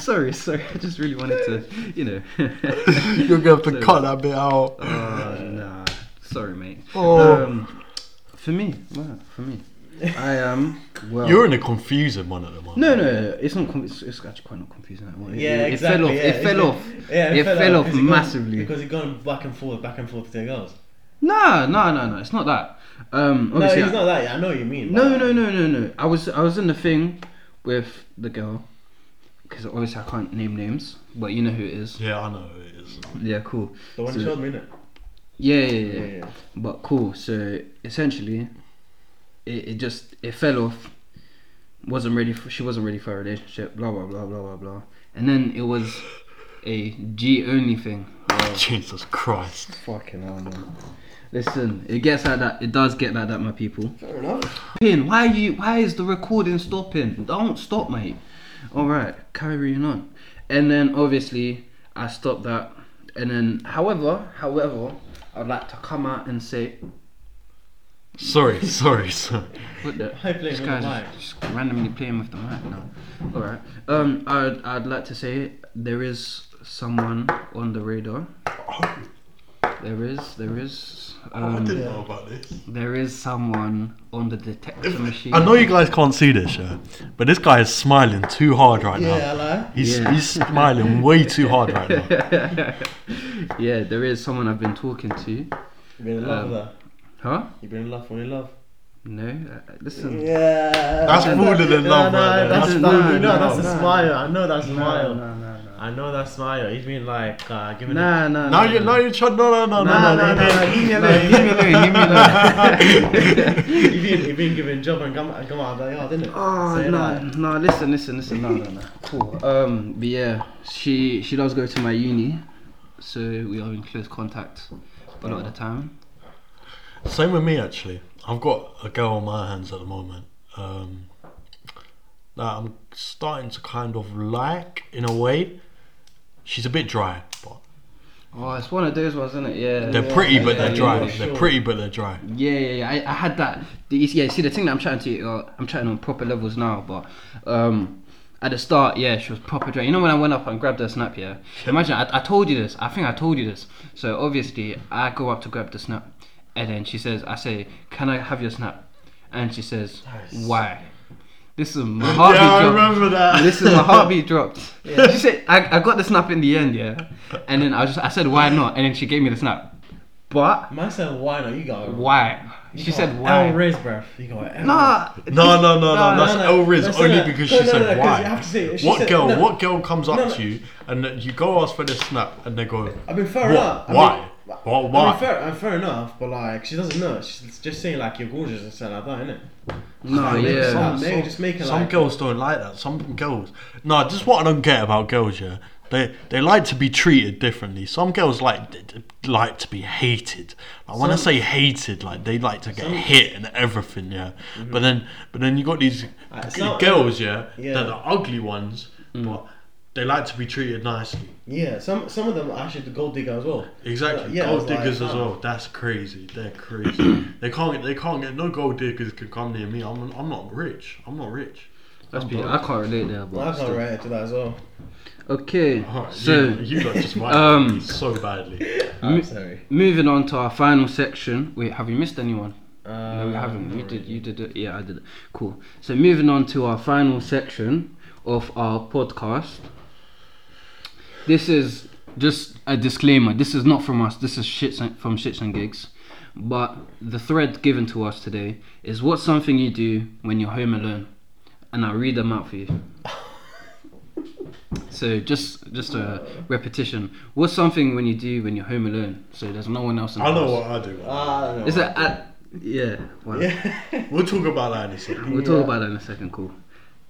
[SPEAKER 1] [laughs] sorry, sorry. I just really wanted to, you know.
[SPEAKER 2] [laughs] You're gonna have
[SPEAKER 1] [laughs]
[SPEAKER 2] to
[SPEAKER 1] So-
[SPEAKER 2] cut that bit out.
[SPEAKER 1] Oh, nah. Sorry, mate.
[SPEAKER 2] Oh.
[SPEAKER 1] Um, for me, wow, for me,
[SPEAKER 3] [laughs]
[SPEAKER 1] I am. Well,
[SPEAKER 2] You're in a confusing one at the moment.
[SPEAKER 1] No, no, no, it's not. Com- it's, it's actually quite not confusing. That one.
[SPEAKER 3] Yeah,
[SPEAKER 1] it,
[SPEAKER 3] exactly.
[SPEAKER 1] It fell off.
[SPEAKER 3] yeah,
[SPEAKER 1] it fell off.
[SPEAKER 3] it's- [laughs] Yeah,
[SPEAKER 1] It fell off
[SPEAKER 3] because he gone-
[SPEAKER 1] massively.
[SPEAKER 3] because he gone back and forth, back and forth to the girls.
[SPEAKER 1] Nah, nah, nah, nah. It's not that. Um,
[SPEAKER 3] No,
[SPEAKER 1] obviously,
[SPEAKER 3] he's
[SPEAKER 1] I-
[SPEAKER 3] not that. I know what you mean.
[SPEAKER 1] No,
[SPEAKER 3] but-
[SPEAKER 1] no, no, no, no. I was I was in the thing with the girl because obviously I can't name names, but you know who it is.
[SPEAKER 2] Yeah, I know it is.
[SPEAKER 1] Yeah, cool.
[SPEAKER 3] The one
[SPEAKER 1] So-
[SPEAKER 3] who showed me, innit?
[SPEAKER 1] Yeah, yeah, yeah.
[SPEAKER 3] Yeah,
[SPEAKER 1] yeah.
[SPEAKER 3] yeah.
[SPEAKER 1] But cool. So essentially, it, it just it fell off. wasn't ready. For, she wasn't ready for a relationship. Blah blah blah blah blah blah. And then it was a G only thing.
[SPEAKER 2] Jesus Christ.
[SPEAKER 1] Fucking hell, man. Listen, it gets like that. It does get like that, my people.
[SPEAKER 3] Fair enough.
[SPEAKER 1] Pin, why you? Why is the recording stopping? Don't stop, mate. All right, carrying on. And then obviously I stopped that. And then, however, however, I'd like to come out and say,
[SPEAKER 2] Sorry, sorry, sorry.
[SPEAKER 1] what the?
[SPEAKER 3] Why you playing
[SPEAKER 1] This
[SPEAKER 3] with the
[SPEAKER 1] guy's just randomly playing with the mic now. All right. Um, I'd I'd like to say there is someone on the radar.
[SPEAKER 2] Um,
[SPEAKER 1] There is, there is,
[SPEAKER 2] I
[SPEAKER 1] um,
[SPEAKER 2] didn't know about this.
[SPEAKER 1] there is someone on the detector machine.
[SPEAKER 2] I know you guys can't see this, yeah, but this guy is smiling too hard right
[SPEAKER 3] Yeah, I
[SPEAKER 2] now.
[SPEAKER 3] lie.
[SPEAKER 2] He's,
[SPEAKER 1] Yeah.
[SPEAKER 2] he's smiling way too hard right now. [laughs]
[SPEAKER 1] [laughs] yeah, there is someone I've been talking to.
[SPEAKER 3] You've been in love with her.
[SPEAKER 1] Huh?
[SPEAKER 3] You've been in love, falling in love.
[SPEAKER 1] No. Uh, listen.
[SPEAKER 3] Yeah.
[SPEAKER 2] That's falling in love,
[SPEAKER 3] no,
[SPEAKER 2] brother.
[SPEAKER 3] no, that's,
[SPEAKER 1] That's-
[SPEAKER 3] no,
[SPEAKER 1] no,
[SPEAKER 3] no,
[SPEAKER 1] no,
[SPEAKER 3] that's a
[SPEAKER 1] no.
[SPEAKER 3] smile. I know that's smile.
[SPEAKER 1] no,
[SPEAKER 3] I know that's smile. He's been like uh, giving. it-
[SPEAKER 1] Nah, nah.
[SPEAKER 2] Now you're, now you're trying. No, no, no,
[SPEAKER 1] Nah,
[SPEAKER 2] no, no,
[SPEAKER 1] nah,
[SPEAKER 2] no.
[SPEAKER 1] nah, leave me alone, leave me alone, leave me
[SPEAKER 3] [laughs]
[SPEAKER 1] alone.
[SPEAKER 3] He's been, he's been giving job and come, come out of the yard, didn't it?
[SPEAKER 1] Oh
[SPEAKER 3] Say
[SPEAKER 1] no,
[SPEAKER 3] that.
[SPEAKER 1] no, listen, listen, listen, no, no, no. Cool. Um, but yeah, she she does go to my uni, so we are in close contact a lot of the time.
[SPEAKER 2] Same with me actually. I've got a girl on my hands at the moment um, that I'm starting to kind of like in a way. She's a bit dry, but
[SPEAKER 1] Oh, it's one of those ones, isn't it? Yeah.
[SPEAKER 2] they're pretty, but
[SPEAKER 1] yeah,
[SPEAKER 2] they're
[SPEAKER 1] yeah,
[SPEAKER 2] dry.
[SPEAKER 1] yeah,
[SPEAKER 2] They're
[SPEAKER 3] sure.
[SPEAKER 2] pretty, but they're dry.
[SPEAKER 1] Yeah, yeah, yeah. I, I had that. The, yeah, see, the thing that I'm trying to, uh, I'm trying on proper levels now, but um, at the start, yeah, she was proper dry. You know when I went up and grabbed her snap, yeah. Imagine, I, I told you this. I think I told you this. So obviously, I go up to grab the snap, and then she says, I say, "Can I have your snap?" And she says, "Why?" This is my heartbeat.
[SPEAKER 2] I
[SPEAKER 1] dropped.
[SPEAKER 2] remember that.
[SPEAKER 1] This
[SPEAKER 2] [laughs]
[SPEAKER 1] is my heartbeat dropped. She said, I, "I got the snap in the end, yeah." And then I was just, I said, "Why not?" And then she gave me the snap. But
[SPEAKER 3] Man said, why not? You got
[SPEAKER 1] why?
[SPEAKER 3] you
[SPEAKER 1] She
[SPEAKER 3] got
[SPEAKER 1] said
[SPEAKER 3] El
[SPEAKER 1] why?
[SPEAKER 3] Riz, bruv. You got El Riz.
[SPEAKER 1] Nah.
[SPEAKER 2] No, no, no,
[SPEAKER 1] Oh, No,
[SPEAKER 2] no.
[SPEAKER 1] no,
[SPEAKER 2] That's
[SPEAKER 3] no.
[SPEAKER 2] El Riz
[SPEAKER 3] That's
[SPEAKER 2] only
[SPEAKER 3] not-
[SPEAKER 2] because
[SPEAKER 3] no,
[SPEAKER 2] she
[SPEAKER 3] no,
[SPEAKER 2] said
[SPEAKER 3] no, 'cause
[SPEAKER 2] why.
[SPEAKER 3] you have to say- she
[SPEAKER 2] what
[SPEAKER 3] said-
[SPEAKER 2] girl?
[SPEAKER 3] no.
[SPEAKER 2] What girl comes up
[SPEAKER 3] No, no.
[SPEAKER 2] to you and then you go ask for the snap and they go,
[SPEAKER 3] I mean, fair
[SPEAKER 2] "What?
[SPEAKER 3] enough. I
[SPEAKER 2] Why?
[SPEAKER 3] mean-
[SPEAKER 2] Why?
[SPEAKER 3] I
[SPEAKER 2] Why?"
[SPEAKER 3] mean, fair, uh, fair enough, but like, she doesn't know. She's just saying, like, you're gorgeous and stuff like that, innit?
[SPEAKER 1] No, Oh, yeah.
[SPEAKER 3] Some- Maybe just make it
[SPEAKER 2] some
[SPEAKER 3] like-
[SPEAKER 2] girls don't like that. Some girls, no, just what I don't get about girls, yeah, they they like to be treated differently. Some girls like d- d- like to be hated. Like, when I say hated, like they like to get hit and everything, yeah. But then, but then you got these
[SPEAKER 3] Mm-hmm. Uh,
[SPEAKER 2] g-
[SPEAKER 3] some-
[SPEAKER 2] girls, yeah,
[SPEAKER 3] Yeah. Mm.
[SPEAKER 2] that are ugly ones, but they like to be treated nicely.
[SPEAKER 3] Yeah, some some of them are actually the gold digger as well.
[SPEAKER 2] Exactly,
[SPEAKER 3] Yeah, I
[SPEAKER 2] gold
[SPEAKER 3] was like,
[SPEAKER 2] diggers as
[SPEAKER 3] oh.
[SPEAKER 2] well. That's crazy. They're crazy. they can't. They can't get no gold diggers can come near me. I'm. I'm not rich. I'm not rich.
[SPEAKER 1] That's
[SPEAKER 2] I'm
[SPEAKER 1] beautiful.
[SPEAKER 2] bored.
[SPEAKER 1] I can't relate there, but
[SPEAKER 3] oh, I can't
[SPEAKER 1] still.
[SPEAKER 3] relate to that as well.
[SPEAKER 1] okay.
[SPEAKER 2] Alright,
[SPEAKER 1] so
[SPEAKER 2] you, you got just wiped
[SPEAKER 1] um,
[SPEAKER 2] so badly.
[SPEAKER 1] I'm
[SPEAKER 3] sorry.
[SPEAKER 1] moving on to our final section. Wait, have we missed anyone?
[SPEAKER 3] Uh,
[SPEAKER 1] No, we haven't. You did. You did it. Yeah, I did it. Cool. So moving on to our final section of our podcast. This is just a disclaimer. This is not from us. This is shits and, from shits and gigs. But the thread given to us today is what's something you do when you're home alone, and I'll read them out for
[SPEAKER 3] [laughs]
[SPEAKER 1] you. So just just a repetition. What's something when you do when you're home alone? So there's no one else in the
[SPEAKER 2] I know
[SPEAKER 1] house.
[SPEAKER 2] what I do.
[SPEAKER 3] Ah, no.
[SPEAKER 1] Is it? At, yeah. Wow.
[SPEAKER 2] We'll talk about that in a second.
[SPEAKER 1] We'll talk about that in a second, cool.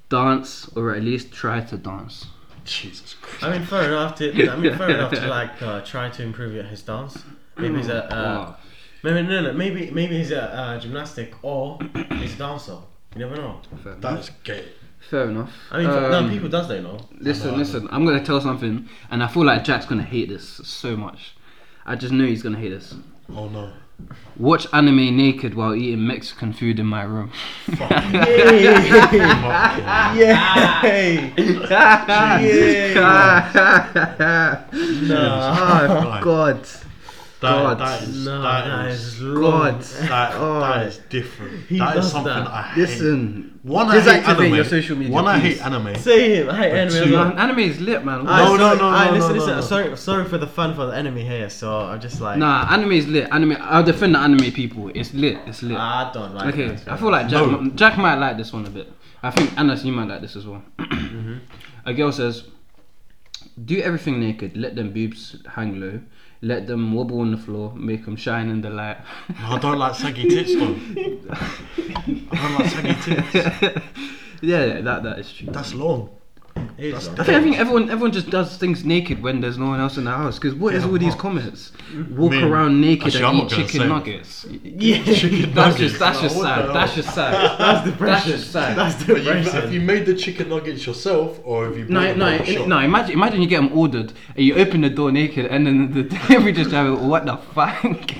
[SPEAKER 1] Dance, or at least try to dance.
[SPEAKER 2] Jesus Christ.
[SPEAKER 3] I mean, fair enough. To, I mean, fair enough to like uh, try to improve your- his dance. Maybe he's a uh,
[SPEAKER 1] Oh,
[SPEAKER 3] maybe no no maybe maybe he's a uh, gymnastic or he's a dancer. You never know.
[SPEAKER 1] fair, enough.
[SPEAKER 2] That's gay.
[SPEAKER 1] Fair enough.
[SPEAKER 3] I mean,
[SPEAKER 1] Um,
[SPEAKER 3] no people does that, you [laughs] know.
[SPEAKER 1] listen, listen. I'm gonna tell something, and I feel like Jack's gonna hate this so much. I just know he's gonna hate this.
[SPEAKER 2] Oh
[SPEAKER 1] [laughs]
[SPEAKER 2] no.
[SPEAKER 1] Watch anime naked while eating Mexican food in my room.
[SPEAKER 3] [laughs]
[SPEAKER 2] Fuck
[SPEAKER 3] Yay! [laughs]
[SPEAKER 2] Jesus
[SPEAKER 1] [laughs] Oh
[SPEAKER 2] Christ.
[SPEAKER 1] God. God,
[SPEAKER 2] That, that is
[SPEAKER 3] No,
[SPEAKER 2] that
[SPEAKER 3] that
[SPEAKER 2] is
[SPEAKER 3] is wrong.
[SPEAKER 2] that, that
[SPEAKER 1] God.
[SPEAKER 2] is different.
[SPEAKER 3] He
[SPEAKER 2] that is
[SPEAKER 3] does
[SPEAKER 2] something
[SPEAKER 3] that.
[SPEAKER 2] I hate.
[SPEAKER 1] Oh, Listen.
[SPEAKER 2] one I hate
[SPEAKER 1] Deactivate
[SPEAKER 2] anime.
[SPEAKER 1] your social media,
[SPEAKER 2] one I
[SPEAKER 1] please.
[SPEAKER 2] hate anime.
[SPEAKER 3] Say him. Hey, anime.
[SPEAKER 2] two-
[SPEAKER 3] as well.
[SPEAKER 1] Man, anime is lit, man.
[SPEAKER 2] I-
[SPEAKER 3] Aye,
[SPEAKER 2] No, no,
[SPEAKER 3] sorry-
[SPEAKER 2] no,
[SPEAKER 3] aye,
[SPEAKER 2] no, no,
[SPEAKER 3] listen, listen.
[SPEAKER 2] no.
[SPEAKER 3] Sorry, sorry for the fun for the enemy here. So I'm just like,
[SPEAKER 1] Nah, anime is lit. Anime. I'll defend the anime people. It's lit. It's lit.
[SPEAKER 2] Ah,
[SPEAKER 3] I don't like.
[SPEAKER 1] Okay,
[SPEAKER 3] it.
[SPEAKER 1] I feel like Jack,
[SPEAKER 2] No.
[SPEAKER 1] Jack might like this one a bit. I think Anas, you might like this as well. [clears throat]
[SPEAKER 2] Mm-hmm.
[SPEAKER 1] A girl says, "Do everything naked. Let them boobs hang low. Let them wobble on the floor. Make them shine in the light."
[SPEAKER 2] I don't like saggy tits though.
[SPEAKER 1] [laughs]
[SPEAKER 2] I don't like saggy tits.
[SPEAKER 1] yeah, yeah, that that is true.
[SPEAKER 2] That's long.
[SPEAKER 3] It is
[SPEAKER 2] That's
[SPEAKER 1] I
[SPEAKER 3] wrong.
[SPEAKER 1] think, I think everyone everyone just does things naked when there's no one else in the house. Because what is
[SPEAKER 2] Yeah,
[SPEAKER 1] all these
[SPEAKER 2] what?
[SPEAKER 1] comments? Walk
[SPEAKER 2] mean,
[SPEAKER 1] around naked
[SPEAKER 2] actually,
[SPEAKER 1] and
[SPEAKER 2] I'm
[SPEAKER 1] eat
[SPEAKER 2] not gonna
[SPEAKER 1] chicken
[SPEAKER 2] say.
[SPEAKER 1] nuggets.
[SPEAKER 3] [laughs]
[SPEAKER 2] Chicken
[SPEAKER 1] That's
[SPEAKER 2] nuggets.
[SPEAKER 1] just that's just
[SPEAKER 2] Like, what the
[SPEAKER 1] sad. That's
[SPEAKER 2] hell?
[SPEAKER 1] just
[SPEAKER 2] [laughs]
[SPEAKER 1] sad. That's depression. That's just sad.
[SPEAKER 3] That's
[SPEAKER 2] But you, have
[SPEAKER 3] depressing.
[SPEAKER 2] you made the chicken nuggets yourself, or have you?
[SPEAKER 1] No,
[SPEAKER 2] bought them
[SPEAKER 1] no,
[SPEAKER 2] from a shop?
[SPEAKER 1] no! Imagine, imagine you get them ordered, and you open the door naked, and then the [laughs] delivery just driver. What the [laughs] fuck?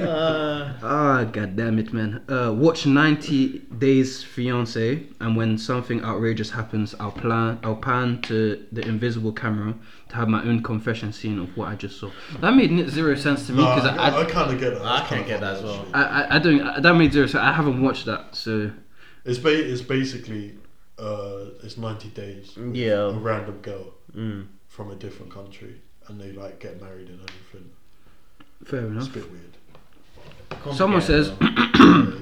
[SPEAKER 3] Uh,
[SPEAKER 1] Ah, god damn it, man! Uh, watch 90 Days Fiance, and when something outrageous happens, I'll plan, I'll pan to the invisible camera to have my own confession scene of what I just saw. That made n- zero sense to me
[SPEAKER 2] No, I,
[SPEAKER 1] because I, I,
[SPEAKER 2] kind of get that.
[SPEAKER 3] I
[SPEAKER 2] That's
[SPEAKER 3] can't
[SPEAKER 2] kinda
[SPEAKER 3] get that as
[SPEAKER 2] funny,
[SPEAKER 3] well.
[SPEAKER 2] actually.
[SPEAKER 1] I, I, I don't. I, that made zero sense. I haven't watched that, so
[SPEAKER 2] It's ba- it's basically uh, it's ninety days. with
[SPEAKER 3] Yeah.
[SPEAKER 2] A random girl
[SPEAKER 3] Mm.
[SPEAKER 2] from a different country, and they like get married and everything.
[SPEAKER 1] fair
[SPEAKER 2] It's
[SPEAKER 1] enough.
[SPEAKER 2] a bit weird.
[SPEAKER 1] Someone says
[SPEAKER 2] It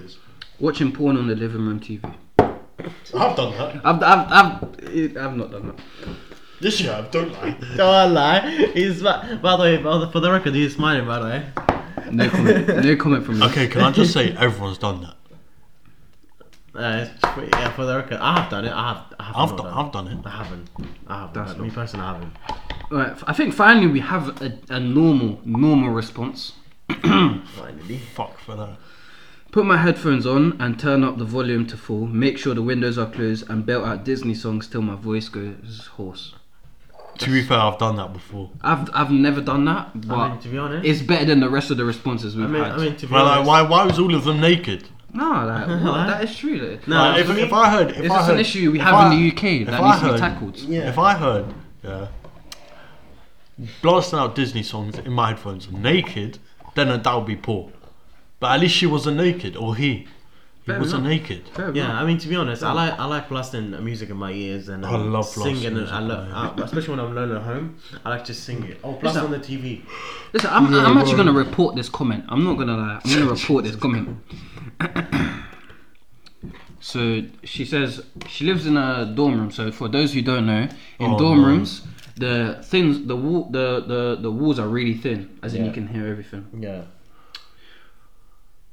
[SPEAKER 2] is.
[SPEAKER 1] [clears throat] watching porn on the living room TV.
[SPEAKER 2] I've done that
[SPEAKER 1] I've, I've, I've, I've not done that.
[SPEAKER 2] this year. I've done that.
[SPEAKER 3] Don't lie. He's by, by the way, by the, for the record, he's smiling. By the way.
[SPEAKER 1] No comment. No comment from me.
[SPEAKER 2] [laughs] Okay, can I just say everyone's done
[SPEAKER 3] [laughs]
[SPEAKER 2] that?
[SPEAKER 3] Uh, it's pretty- yeah, for the record, I have done it. I have. I have
[SPEAKER 2] I've
[SPEAKER 3] not
[SPEAKER 2] done,
[SPEAKER 3] done.
[SPEAKER 2] I've done
[SPEAKER 3] I haven't. I haven't.
[SPEAKER 1] That's
[SPEAKER 3] But me
[SPEAKER 1] not-
[SPEAKER 3] personally, I haven't.
[SPEAKER 1] Right. I think finally we have a, a normal, normal response.
[SPEAKER 3] Finally.
[SPEAKER 2] it. Fuck for that.
[SPEAKER 1] Put my headphones on and turn up the volume to full. Make sure the windows are closed and belt out Disney songs till my voice goes hoarse.
[SPEAKER 2] To be fair, I've done that before.
[SPEAKER 1] I've I've never done that, but
[SPEAKER 3] I mean, to be honest.
[SPEAKER 1] it's better than the rest of the responses we've
[SPEAKER 3] I mean,
[SPEAKER 1] had.
[SPEAKER 3] I mean, to be
[SPEAKER 2] Well, like,
[SPEAKER 3] honest.
[SPEAKER 2] why why was all of them naked?
[SPEAKER 1] no, like,
[SPEAKER 3] [laughs]
[SPEAKER 1] what? that is true. Like,
[SPEAKER 3] No,
[SPEAKER 2] Like, if,
[SPEAKER 3] for me-
[SPEAKER 2] if I heard, if
[SPEAKER 1] is
[SPEAKER 2] I
[SPEAKER 1] this
[SPEAKER 2] heard,
[SPEAKER 1] an issue we
[SPEAKER 2] if
[SPEAKER 1] have
[SPEAKER 2] I-
[SPEAKER 1] in the UK
[SPEAKER 2] if
[SPEAKER 1] that
[SPEAKER 2] I
[SPEAKER 1] needs to
[SPEAKER 2] heard-
[SPEAKER 1] be tackled?
[SPEAKER 3] Yeah.
[SPEAKER 2] If I heard, yeah, blasting out Disney songs in my headphones naked, then that would be poor. But at least she wasn't naked, or he. He
[SPEAKER 1] Fair
[SPEAKER 2] wasn't naked.
[SPEAKER 1] Fair enough.
[SPEAKER 3] Yeah, I mean to be honest, I like I like blasting music in my ears and
[SPEAKER 2] I
[SPEAKER 3] um,
[SPEAKER 2] love blasting
[SPEAKER 3] singing and
[SPEAKER 2] music
[SPEAKER 3] I
[SPEAKER 2] in
[SPEAKER 3] love
[SPEAKER 2] my
[SPEAKER 3] uh, especially when I'm alone at home. I like to sing it. Oh, blast
[SPEAKER 1] Listen.
[SPEAKER 3] on the TV.
[SPEAKER 1] Listen, I'm, I'm actually gonna report this comment. I'm not gonna lie. I'm
[SPEAKER 2] [laughs]
[SPEAKER 1] gonna report this comment. [coughs] so she says she lives in a dorm room. So for those who don't know, in
[SPEAKER 2] Oh,
[SPEAKER 1] dorm
[SPEAKER 2] no.
[SPEAKER 1] rooms, the things, the wall, the, the the walls are really thin, as in you
[SPEAKER 3] Yeah.
[SPEAKER 1] can hear everything.
[SPEAKER 3] Yeah.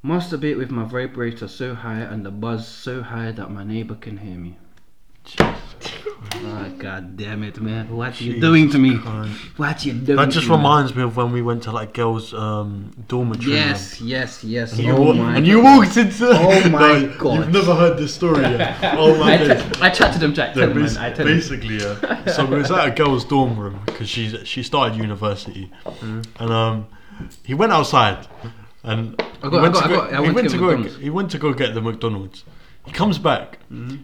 [SPEAKER 1] Masturbate with my vibrator so high and the buzz so high that my neighbor can hear me. Ah, God damn it, man! What you
[SPEAKER 2] Jesus
[SPEAKER 1] doing to me?
[SPEAKER 2] Christ.
[SPEAKER 1] What you doing?
[SPEAKER 2] That just
[SPEAKER 1] to me?
[SPEAKER 2] reminds me of when we went to like girls' um, dormitory.
[SPEAKER 1] Yes, yes, yes.
[SPEAKER 2] And you,
[SPEAKER 1] oh
[SPEAKER 2] wa-
[SPEAKER 1] my
[SPEAKER 2] and you walked into. [laughs]
[SPEAKER 1] Oh my
[SPEAKER 2] You've
[SPEAKER 1] God.
[SPEAKER 2] never heard this story yet. Oh
[SPEAKER 1] [laughs]
[SPEAKER 2] my
[SPEAKER 1] I,
[SPEAKER 2] days.
[SPEAKER 1] tra- I chatted him, Jack.
[SPEAKER 2] Yeah,
[SPEAKER 1] Tell him, man.
[SPEAKER 2] basi-
[SPEAKER 1] I tell him.
[SPEAKER 2] basically, yeah. So we was at a girl's dorm room because she she started university,
[SPEAKER 1] Mm-hmm.
[SPEAKER 2] and um, he went outside, and
[SPEAKER 1] I
[SPEAKER 2] he
[SPEAKER 1] got- I
[SPEAKER 2] went
[SPEAKER 1] got-
[SPEAKER 2] to
[SPEAKER 1] I
[SPEAKER 2] go-
[SPEAKER 1] got- I
[SPEAKER 2] he
[SPEAKER 1] went
[SPEAKER 2] went
[SPEAKER 1] to
[SPEAKER 2] to
[SPEAKER 1] get
[SPEAKER 2] go
[SPEAKER 1] McDonald's. Mm-hmm.
[SPEAKER 2] he went to go get the McDonald's, He comes back.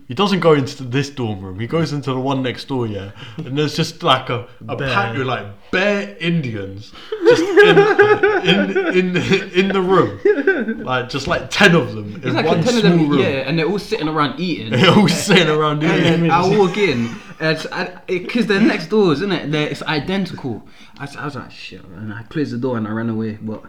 [SPEAKER 2] He doesn't go into this dorm room. He goes into the one next door, yeah. And there's just like a, a
[SPEAKER 3] Bare.
[SPEAKER 2] pack with like bare Indians just in, in, in, in the room. Like just like 10 of them in
[SPEAKER 1] It's like
[SPEAKER 2] one
[SPEAKER 1] a ten
[SPEAKER 2] small
[SPEAKER 1] of them,
[SPEAKER 2] room.
[SPEAKER 1] yeah, and they're all sitting around eating.
[SPEAKER 2] They're [laughs] all sitting
[SPEAKER 1] [laughs]
[SPEAKER 2] around
[SPEAKER 1] And
[SPEAKER 2] eating.
[SPEAKER 1] then I walk in, and because they're next doors, isn't it? They're, it's identical. I, was- I was like, shit, and I closed the door and I ran away. What?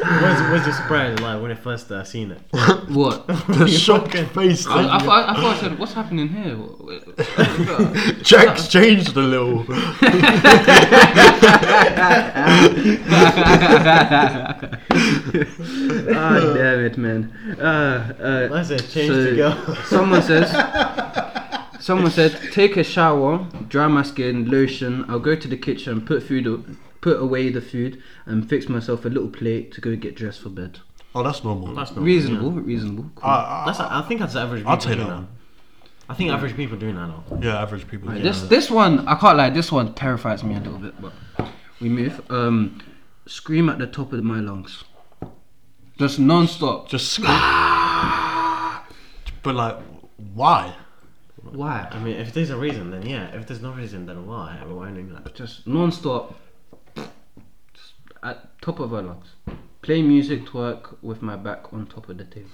[SPEAKER 3] Where's, where's your surprise like when I first uh, seen it?
[SPEAKER 2] [laughs]
[SPEAKER 1] What?
[SPEAKER 2] The shocked face.
[SPEAKER 1] I, I,
[SPEAKER 2] thing.
[SPEAKER 1] thought, I, thought I said, what's happening here? What-
[SPEAKER 2] [laughs]
[SPEAKER 1] what-
[SPEAKER 2] Jack's changed a little.
[SPEAKER 1] [laughs] Ah, damn it, man. Uh, uh,
[SPEAKER 3] That's it. Change to go.
[SPEAKER 1] [laughs] someone says, someone said, take a shower, dry my skin, lotion. I'll go to the kitchen, put food, o- put away the food, and fix myself a little plate to go get dressed for bed.
[SPEAKER 2] Oh, Ah, that's normal.
[SPEAKER 3] That's not
[SPEAKER 1] Reasonable, reasonable. Cool.
[SPEAKER 2] I, I,
[SPEAKER 3] That's I think that's average.
[SPEAKER 2] I'll
[SPEAKER 3] people
[SPEAKER 2] take
[SPEAKER 3] doing
[SPEAKER 2] that one.
[SPEAKER 3] I think average people doing that now.
[SPEAKER 2] yeah, average people.
[SPEAKER 1] Right,
[SPEAKER 2] get
[SPEAKER 1] This
[SPEAKER 2] that.
[SPEAKER 1] this one I can't lie. This one terrifies me a little bit, but we move. Um, scream at the top of my lungs, just non-stop.
[SPEAKER 2] Just
[SPEAKER 1] [sighs]
[SPEAKER 2] sc- But like, why?
[SPEAKER 1] Why?
[SPEAKER 3] I mean, if there's a reason, then yeah. If there's no reason, then why? Why are we doing that?
[SPEAKER 1] Just non-stop. Just at top of our lungs. Play music to work with my back on top of the table.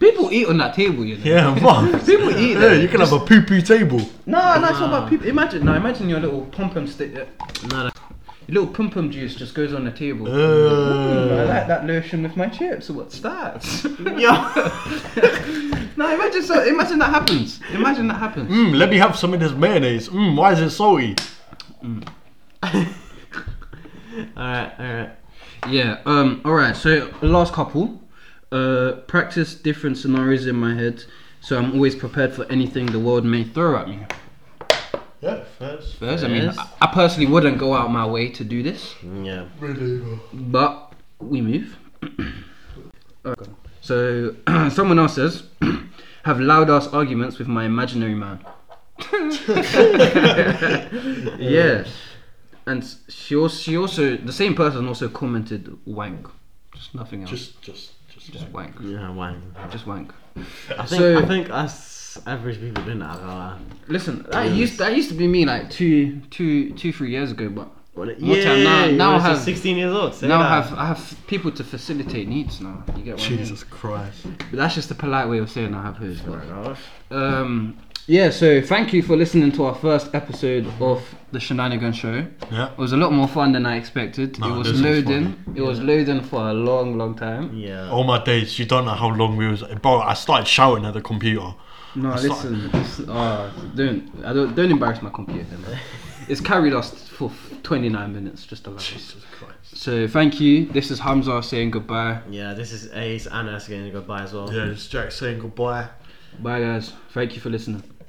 [SPEAKER 1] People eat on that table, you know.
[SPEAKER 2] Yeah, [laughs] what?
[SPEAKER 1] People eat
[SPEAKER 2] yeah,
[SPEAKER 1] there.
[SPEAKER 2] you can have a poo poo table.
[SPEAKER 1] No, no, it's not about people. Imagine, now, imagine your little pom pom stick. uh,
[SPEAKER 3] [laughs] No, no.
[SPEAKER 1] Your little pom pom juice just goes on the table. Ooh, I
[SPEAKER 2] Uh,
[SPEAKER 1] like that lotion with my chips. What's that? [laughs]
[SPEAKER 3] Yo.
[SPEAKER 1] no, imagine so. Imagine that happens. Imagine that happens.
[SPEAKER 2] mm, let me have some of this mayonnaise. Mm, why is it salty?
[SPEAKER 3] all right, all right.
[SPEAKER 1] Yeah. Um. All right. So last couple. Uh, practice different scenarios in my head, so I'm always prepared for anything the world may throw at me.
[SPEAKER 2] Yeah, that's
[SPEAKER 1] First, I mean,
[SPEAKER 3] Yes.
[SPEAKER 1] I, I personally wouldn't go out my way to do this,
[SPEAKER 3] Yeah.
[SPEAKER 2] really
[SPEAKER 1] but we move. [coughs] Okay. So [coughs] someone else says, [coughs] have loud ass arguments with my imaginary
[SPEAKER 3] [laughs]
[SPEAKER 1] man. yeah. And s- she also, she also the same person also commented wank, just nothing else, just,
[SPEAKER 2] Just, just, just.
[SPEAKER 1] wank,
[SPEAKER 3] Yeah, why?
[SPEAKER 1] just wank.
[SPEAKER 3] I think
[SPEAKER 1] So-
[SPEAKER 3] I think us average people doing that. Uh,
[SPEAKER 1] Listen, that used that used to be me like two two two three years ago, but
[SPEAKER 3] what,
[SPEAKER 1] More
[SPEAKER 3] yeah,
[SPEAKER 1] time now-
[SPEAKER 3] you
[SPEAKER 1] now
[SPEAKER 3] wanna see
[SPEAKER 1] have-
[SPEAKER 3] 16 years old. Say
[SPEAKER 1] now I
[SPEAKER 3] that.
[SPEAKER 1] have I have people to facilitate needs now. You get what I mean?
[SPEAKER 2] Jesus Christ.
[SPEAKER 1] But that's just a polite way of saying I have hers. but- Um, yeah, so thank you for listening to our first episode of the Shenanigan Show.
[SPEAKER 2] Yeah.
[SPEAKER 1] It was a lot more fun than I expected.
[SPEAKER 2] No,
[SPEAKER 1] it was
[SPEAKER 2] this was
[SPEAKER 1] loading. It was loading for a long, long time.
[SPEAKER 3] Yeah.
[SPEAKER 2] All my days, you don't know how long we was. Bro, I started shouting at the computer.
[SPEAKER 1] No,
[SPEAKER 2] That's
[SPEAKER 1] listen, listen, uh, don't, I don't, don't embarrass my computer. Man. It's carried us for 29 minutes, just allow us.
[SPEAKER 2] Christ.
[SPEAKER 1] So thank you. This is Hamza saying goodbye.
[SPEAKER 3] Yeah, this is Ace and us getting goodbye as well.
[SPEAKER 2] Yeah, it's Jack saying goodbye.
[SPEAKER 1] Bye, guys. Thank you for listening.